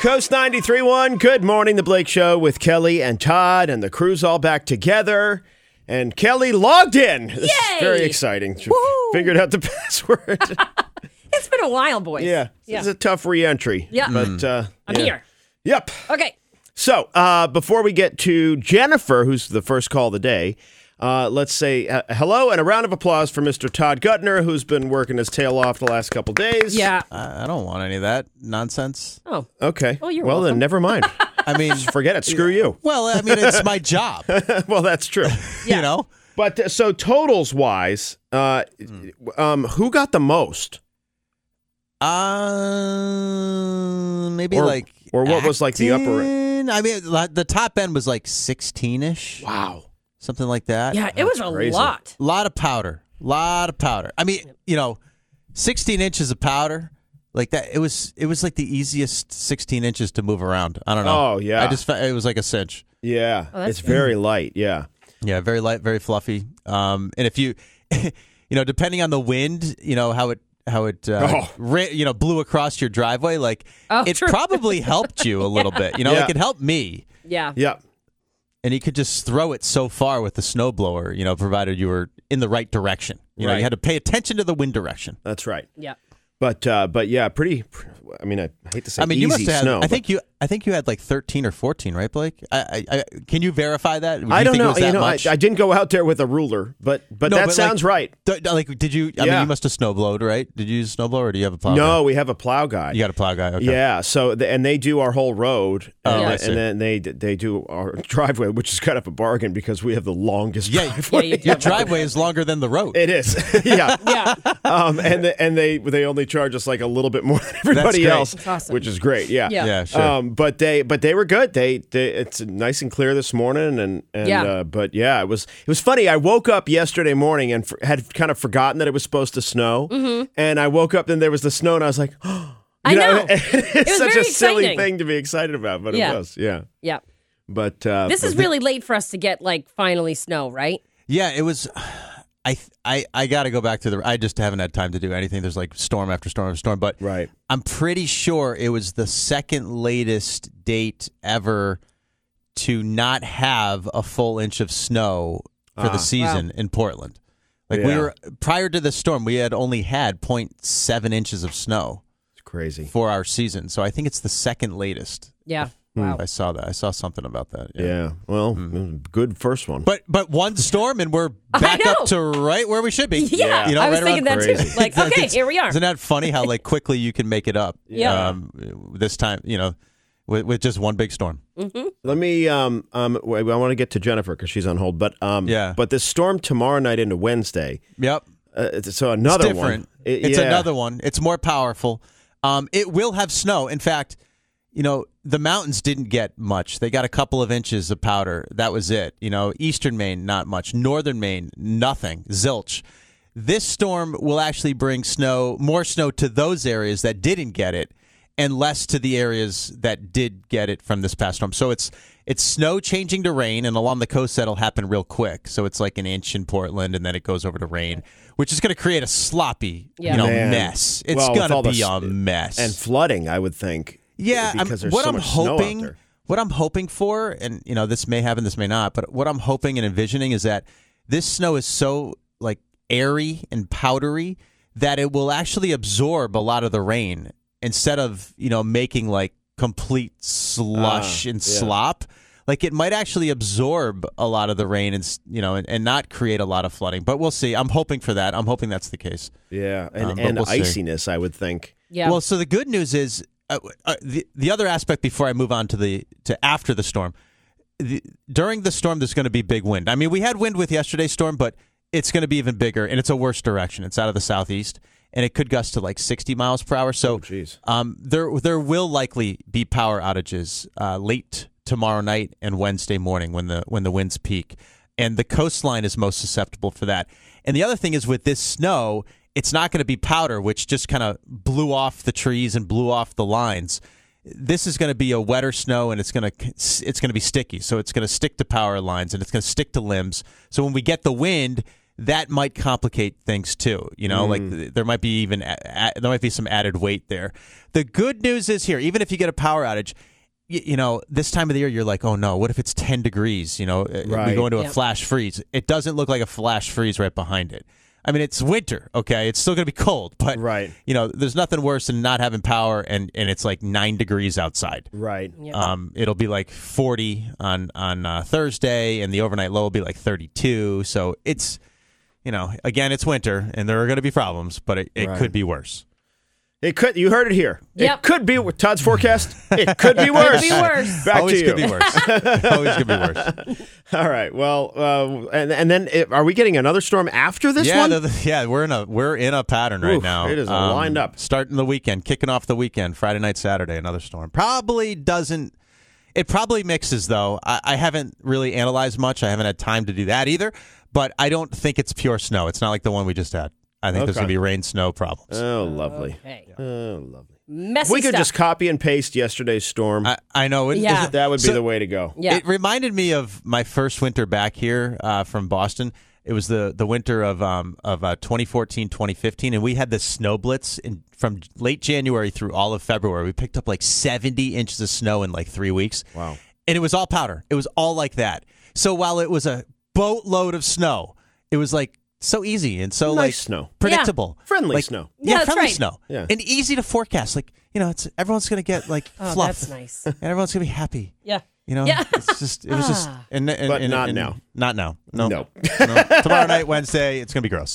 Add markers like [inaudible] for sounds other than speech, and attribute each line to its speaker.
Speaker 1: Coast 93.1. Good morning, The Blake Show with Kelly and Todd and the crew's all back together. And Kelly logged in. This
Speaker 2: Yay!
Speaker 1: is very exciting. She
Speaker 2: Woohoo!
Speaker 1: Figured out the [laughs] password.
Speaker 2: It's been a while, boys.
Speaker 1: yeah.
Speaker 2: [laughs] Yeah.
Speaker 1: It's a tough re-entry.
Speaker 2: Yeah.
Speaker 1: But uh,
Speaker 2: I'm
Speaker 1: yeah.
Speaker 2: here.
Speaker 1: Yep.
Speaker 2: Okay.
Speaker 1: So uh, before we get to Jennifer, who's the first call of the day, uh, let's say uh, hello and a round of applause for Mr. Todd Gutner, who's been working his tail off the last couple days.
Speaker 2: Yeah.
Speaker 3: I I don't want any of that nonsense.
Speaker 2: Oh.
Speaker 1: Okay.
Speaker 2: Oh, you're
Speaker 1: well,
Speaker 2: welcome.
Speaker 1: then never mind.
Speaker 2: [laughs]
Speaker 3: I mean, [laughs]
Speaker 1: Forget it. Screw you.
Speaker 3: well, I mean, it's my job,
Speaker 1: [laughs] well, that's true.
Speaker 2: Yeah.
Speaker 3: you know.
Speaker 1: But uh, so totals wise, uh, um, who got the most,
Speaker 3: Uh, maybe
Speaker 1: Or-
Speaker 3: like
Speaker 1: or what was, like, the upper-
Speaker 3: Acton? I mean, like, the top end was like sixteen ish. Wow, something like that.
Speaker 2: Yeah. It was a
Speaker 1: crazy.
Speaker 2: lot.
Speaker 3: a lot of powder, lot of powder. I mean, you know, sixteen inches of powder. Like that, it was it was like the easiest sixteen inches to move around. I don't know.
Speaker 1: Oh, yeah.
Speaker 3: I just fe- it was like a cinch.
Speaker 1: yeah,
Speaker 2: Oh, that's
Speaker 1: it's very light. Yeah.
Speaker 3: Yeah, very light, very fluffy. Um, and if you, [laughs] you know, depending on the wind, you know how it how it uh,
Speaker 1: Oh.
Speaker 3: ra- you know blew across your driveway, like
Speaker 2: Oh,
Speaker 3: it
Speaker 2: true. [laughs]
Speaker 3: probably helped you a little bit. You know, like
Speaker 1: Yeah.
Speaker 3: it helped me.
Speaker 2: Yeah.
Speaker 1: Yeah.
Speaker 3: And you could just throw it so far with the snowblower, you know, provided you were in the right direction. You know,
Speaker 1: Right.
Speaker 3: you had to pay attention to the wind direction.
Speaker 1: That's right.
Speaker 2: Yeah.
Speaker 1: But uh, but yeah, pretty. pr- I mean, I hate to say.
Speaker 3: I mean,
Speaker 1: easy
Speaker 3: you must have. had-
Speaker 1: snow,
Speaker 3: I
Speaker 1: but-
Speaker 3: think you. I think you had like thirteen or fourteen, right, Blake? I, I, I can you verify that? Do
Speaker 1: I
Speaker 3: you
Speaker 1: don't
Speaker 3: think It
Speaker 1: know.
Speaker 3: was that
Speaker 1: you know, I,
Speaker 3: much?
Speaker 1: I didn't go out there with a ruler, but but
Speaker 3: No,
Speaker 1: that
Speaker 3: but, like,
Speaker 1: sounds right.
Speaker 3: Th- like, did you?
Speaker 1: Yeah.
Speaker 3: I mean, you must have snowblowed, right? Did you use a snowblower or do you have a plow?
Speaker 1: No, we have a plow guy.
Speaker 3: You got a plow guy. Okay.
Speaker 1: Yeah, so th- and they do our whole road,
Speaker 3: Oh,
Speaker 1: and,
Speaker 3: I
Speaker 1: and
Speaker 3: see.
Speaker 1: then they d- they do our [laughs] driveway, which is kind of a bargain because we have the longest [laughs]
Speaker 3: Yeah,
Speaker 1: driveway.
Speaker 2: Yeah. You
Speaker 3: Your
Speaker 2: did.
Speaker 3: driveway is longer than the road.
Speaker 1: It is, [laughs] yeah,
Speaker 2: yeah.
Speaker 1: um, and the, and they they only charge us like a little bit more than everybody
Speaker 3: great.
Speaker 1: else,
Speaker 2: That's awesome.
Speaker 1: which is great. Yeah,
Speaker 2: Yeah.
Speaker 3: yeah, sure.
Speaker 1: Um, but they but they were good. They, they it's nice and clear this morning, and, and
Speaker 2: Yeah.
Speaker 1: Uh, but yeah, it was it was funny. I woke up yesterday morning and for, had kind of forgotten that it was supposed to snow, and I woke up and there was the snow, and I was like, [gasps] oh,
Speaker 2: Mm-hmm. I know.
Speaker 1: [laughs] it's
Speaker 2: was
Speaker 1: such
Speaker 2: very
Speaker 1: a silly
Speaker 2: exciting.
Speaker 1: thing to be excited about, but
Speaker 2: Yeah.
Speaker 1: it was, yeah.
Speaker 2: Yeah.
Speaker 1: But uh,
Speaker 2: This
Speaker 1: but
Speaker 2: is really late for us to get like finally snow, right?
Speaker 3: yeah, it was. I th- I I got to go back to the. I just haven't had time to do anything. There's like storm after storm after storm. But
Speaker 1: Right.
Speaker 3: I'm pretty sure it was the second latest date ever to not have a full inch of snow for
Speaker 1: Ah.
Speaker 3: the season in Portland. Like we
Speaker 1: Yeah.
Speaker 3: were prior to the storm, we had only had 0.7 inches of snow
Speaker 1: it's crazy.
Speaker 3: for our season. So I think it's the second latest.
Speaker 2: Yeah. Wow.
Speaker 3: I saw that. I saw something about that.
Speaker 1: Yeah. Well, good first one.
Speaker 3: But but one storm and
Speaker 2: [laughs]
Speaker 3: we're back
Speaker 2: know.
Speaker 3: up to right where we should be.
Speaker 2: Yeah, I was
Speaker 3: around-
Speaker 2: thinking that
Speaker 1: crazy.
Speaker 2: too. Like,
Speaker 3: It's-
Speaker 2: okay,
Speaker 3: it's-
Speaker 2: here we are.
Speaker 3: Isn't that funny how like quickly you can make it up?
Speaker 2: [laughs] Yeah.
Speaker 3: Um, this time, you know, with, with just one big storm.
Speaker 1: Let me. Um. Um. Wait, I want to get to Jennifer because she's on hold. But um.
Speaker 3: Yeah.
Speaker 1: But this storm tomorrow night into Wednesday.
Speaker 3: Yep.
Speaker 1: Uh, it's- so another
Speaker 3: it's
Speaker 1: one.
Speaker 3: different.
Speaker 1: It-
Speaker 3: it's
Speaker 1: yeah.
Speaker 3: another one. It's more powerful. Um, it will have snow. In fact, you know the mountains didn't get much. They got a couple of inches of powder. That was it. You know, eastern Maine not much. Northern Maine nothing. Zilch. This storm will actually bring snow, more snow to those areas that didn't get it, and less to the areas that did get it from this past storm. So it's it's snow changing to rain, and along the coast that'll happen real quick. So it's like an inch in Portland, and then it goes over to rain, which is going to create a sloppy,
Speaker 2: Yeah.
Speaker 3: you know,
Speaker 1: Man.
Speaker 3: mess. It's
Speaker 1: Well, with all
Speaker 3: going
Speaker 1: the
Speaker 3: to be
Speaker 1: s-
Speaker 3: a mess.
Speaker 1: and flooding. I would think.
Speaker 3: yeah, I'm-
Speaker 1: because there's
Speaker 3: what
Speaker 1: so
Speaker 3: I'm
Speaker 1: much
Speaker 3: hoping,
Speaker 1: snow out there.
Speaker 3: what I'm hoping for, and you know, this may happen, this may not, but what I'm hoping and envisioning is that this snow is so like airy and powdery that it will actually absorb a lot of the rain instead of you know making like complete slush
Speaker 1: Ah,
Speaker 3: and
Speaker 1: yeah.
Speaker 3: slop. Like it might actually absorb a lot of the rain and s- you know and, and not create a lot of flooding, but we'll see. I'm hoping for that. I'm hoping that's the case.
Speaker 1: Yeah, and,
Speaker 3: Um, but
Speaker 1: and
Speaker 3: we'll see.
Speaker 1: iciness. I would think.
Speaker 2: Yeah.
Speaker 3: Well, so the good news is uh, uh, the the other aspect before I move on to the to after the storm. The, during the storm, there's going to be big wind. I mean, we had wind with yesterday's storm, but it's going to be even bigger, and it's a worse direction. It's out of the southeast, and it could gust to like 60 miles per hour. So,
Speaker 1: jeez.
Speaker 3: um, there there will likely be power outages uh, late tomorrow night and Wednesday morning when the when the winds peak, and the coastline is most susceptible for that. And the other thing is with this snow, it's not going to be powder, which just kind of blew off the trees and blew off the lines. This is going to be a wetter snow, and it's going to it's going to be sticky. So it's going to stick to power lines and it's going to stick to limbs. So when we get the wind, that might complicate things too. You know, like th- there might be even a- a- there might be some added weight there. The good news is here, even if you get a power outage, y- you know, this time of the year you're like, oh no, what if it's 10 degrees? You know, uh, we
Speaker 1: Right.
Speaker 3: go into a
Speaker 2: Yep.
Speaker 3: flash freeze. It doesn't look like a flash freeze right behind it. I mean, it's winter, okay? It's still going to be cold, but
Speaker 1: Right.
Speaker 3: you know, there's nothing worse than not having power and and it's like 9 degrees outside.
Speaker 1: Right.
Speaker 3: Um, it'll be like 40 on on uh, Thursday, and the overnight low will be like 32. So it's, you know, again, it's winter, and there are going to be problems, but it, it
Speaker 1: Right.
Speaker 3: could be worse.
Speaker 1: It could. You heard it here. It
Speaker 2: Yep.
Speaker 1: could be Todd's forecast.
Speaker 3: [laughs]
Speaker 1: It could be
Speaker 2: Could
Speaker 1: worse.
Speaker 2: be worse.
Speaker 1: Back
Speaker 3: Always
Speaker 1: to you.
Speaker 3: could be
Speaker 1: [laughs]
Speaker 3: worse. Always could be worse.
Speaker 1: All right. Well, uh, and and then uh, are we getting another storm after this
Speaker 3: yeah,
Speaker 1: one?
Speaker 3: no, th- yeah, we're in a we're in a pattern right
Speaker 1: Oof,
Speaker 3: now. Um,
Speaker 1: it is lined up.
Speaker 3: starting the weekend, kicking off the weekend, Friday night, Saturday, another storm. Probably doesn't. It probably mixes though. I, I haven't really analyzed much. I haven't had time to do that either. But I don't think it's pure snow. It's not like the one we just had. I think there's
Speaker 1: Okay.
Speaker 3: gonna be rain, snow problems.
Speaker 1: oh, lovely.
Speaker 2: Okay.
Speaker 1: Oh, lovely. If
Speaker 2: Messy
Speaker 1: we could
Speaker 2: stuff.
Speaker 1: just copy and paste yesterday's storm.
Speaker 3: I, I know. It,
Speaker 2: Yeah.
Speaker 1: that would be
Speaker 3: So-
Speaker 1: the way to go.
Speaker 2: yeah.
Speaker 3: It reminded me of my first winter back here uh, from Boston. It was the, the winter of um, of uh, 2014, 2015, and we had the snow blitz in, from late January through all of February. We picked up like 70 inches of snow in like three weeks.
Speaker 1: Wow.
Speaker 3: And it was all powder. It was all like that. So while it was a boatload of snow, it was like so easy and so
Speaker 1: Nice
Speaker 3: like
Speaker 1: snow.
Speaker 3: predictable,
Speaker 1: Friendly
Speaker 3: Like-
Speaker 1: snow.
Speaker 2: Yeah,
Speaker 3: yeah,
Speaker 2: that's
Speaker 3: friendly
Speaker 2: right.
Speaker 3: snow,
Speaker 1: Yeah.
Speaker 3: and easy to forecast. Like you know, it's everyone's gonna get like
Speaker 2: oh,
Speaker 3: fluff,
Speaker 2: that's nice.
Speaker 3: [laughs] and everyone's gonna be happy.
Speaker 2: Yeah.
Speaker 3: You know,
Speaker 2: Yeah.
Speaker 3: it's just it was
Speaker 2: [laughs]
Speaker 3: just
Speaker 2: Ah.
Speaker 3: and, and,
Speaker 1: But
Speaker 3: and-
Speaker 1: not
Speaker 3: and-
Speaker 1: now.
Speaker 3: Not now. No.
Speaker 1: No.
Speaker 3: No. Tomorrow night, Wednesday, it's gonna be gross.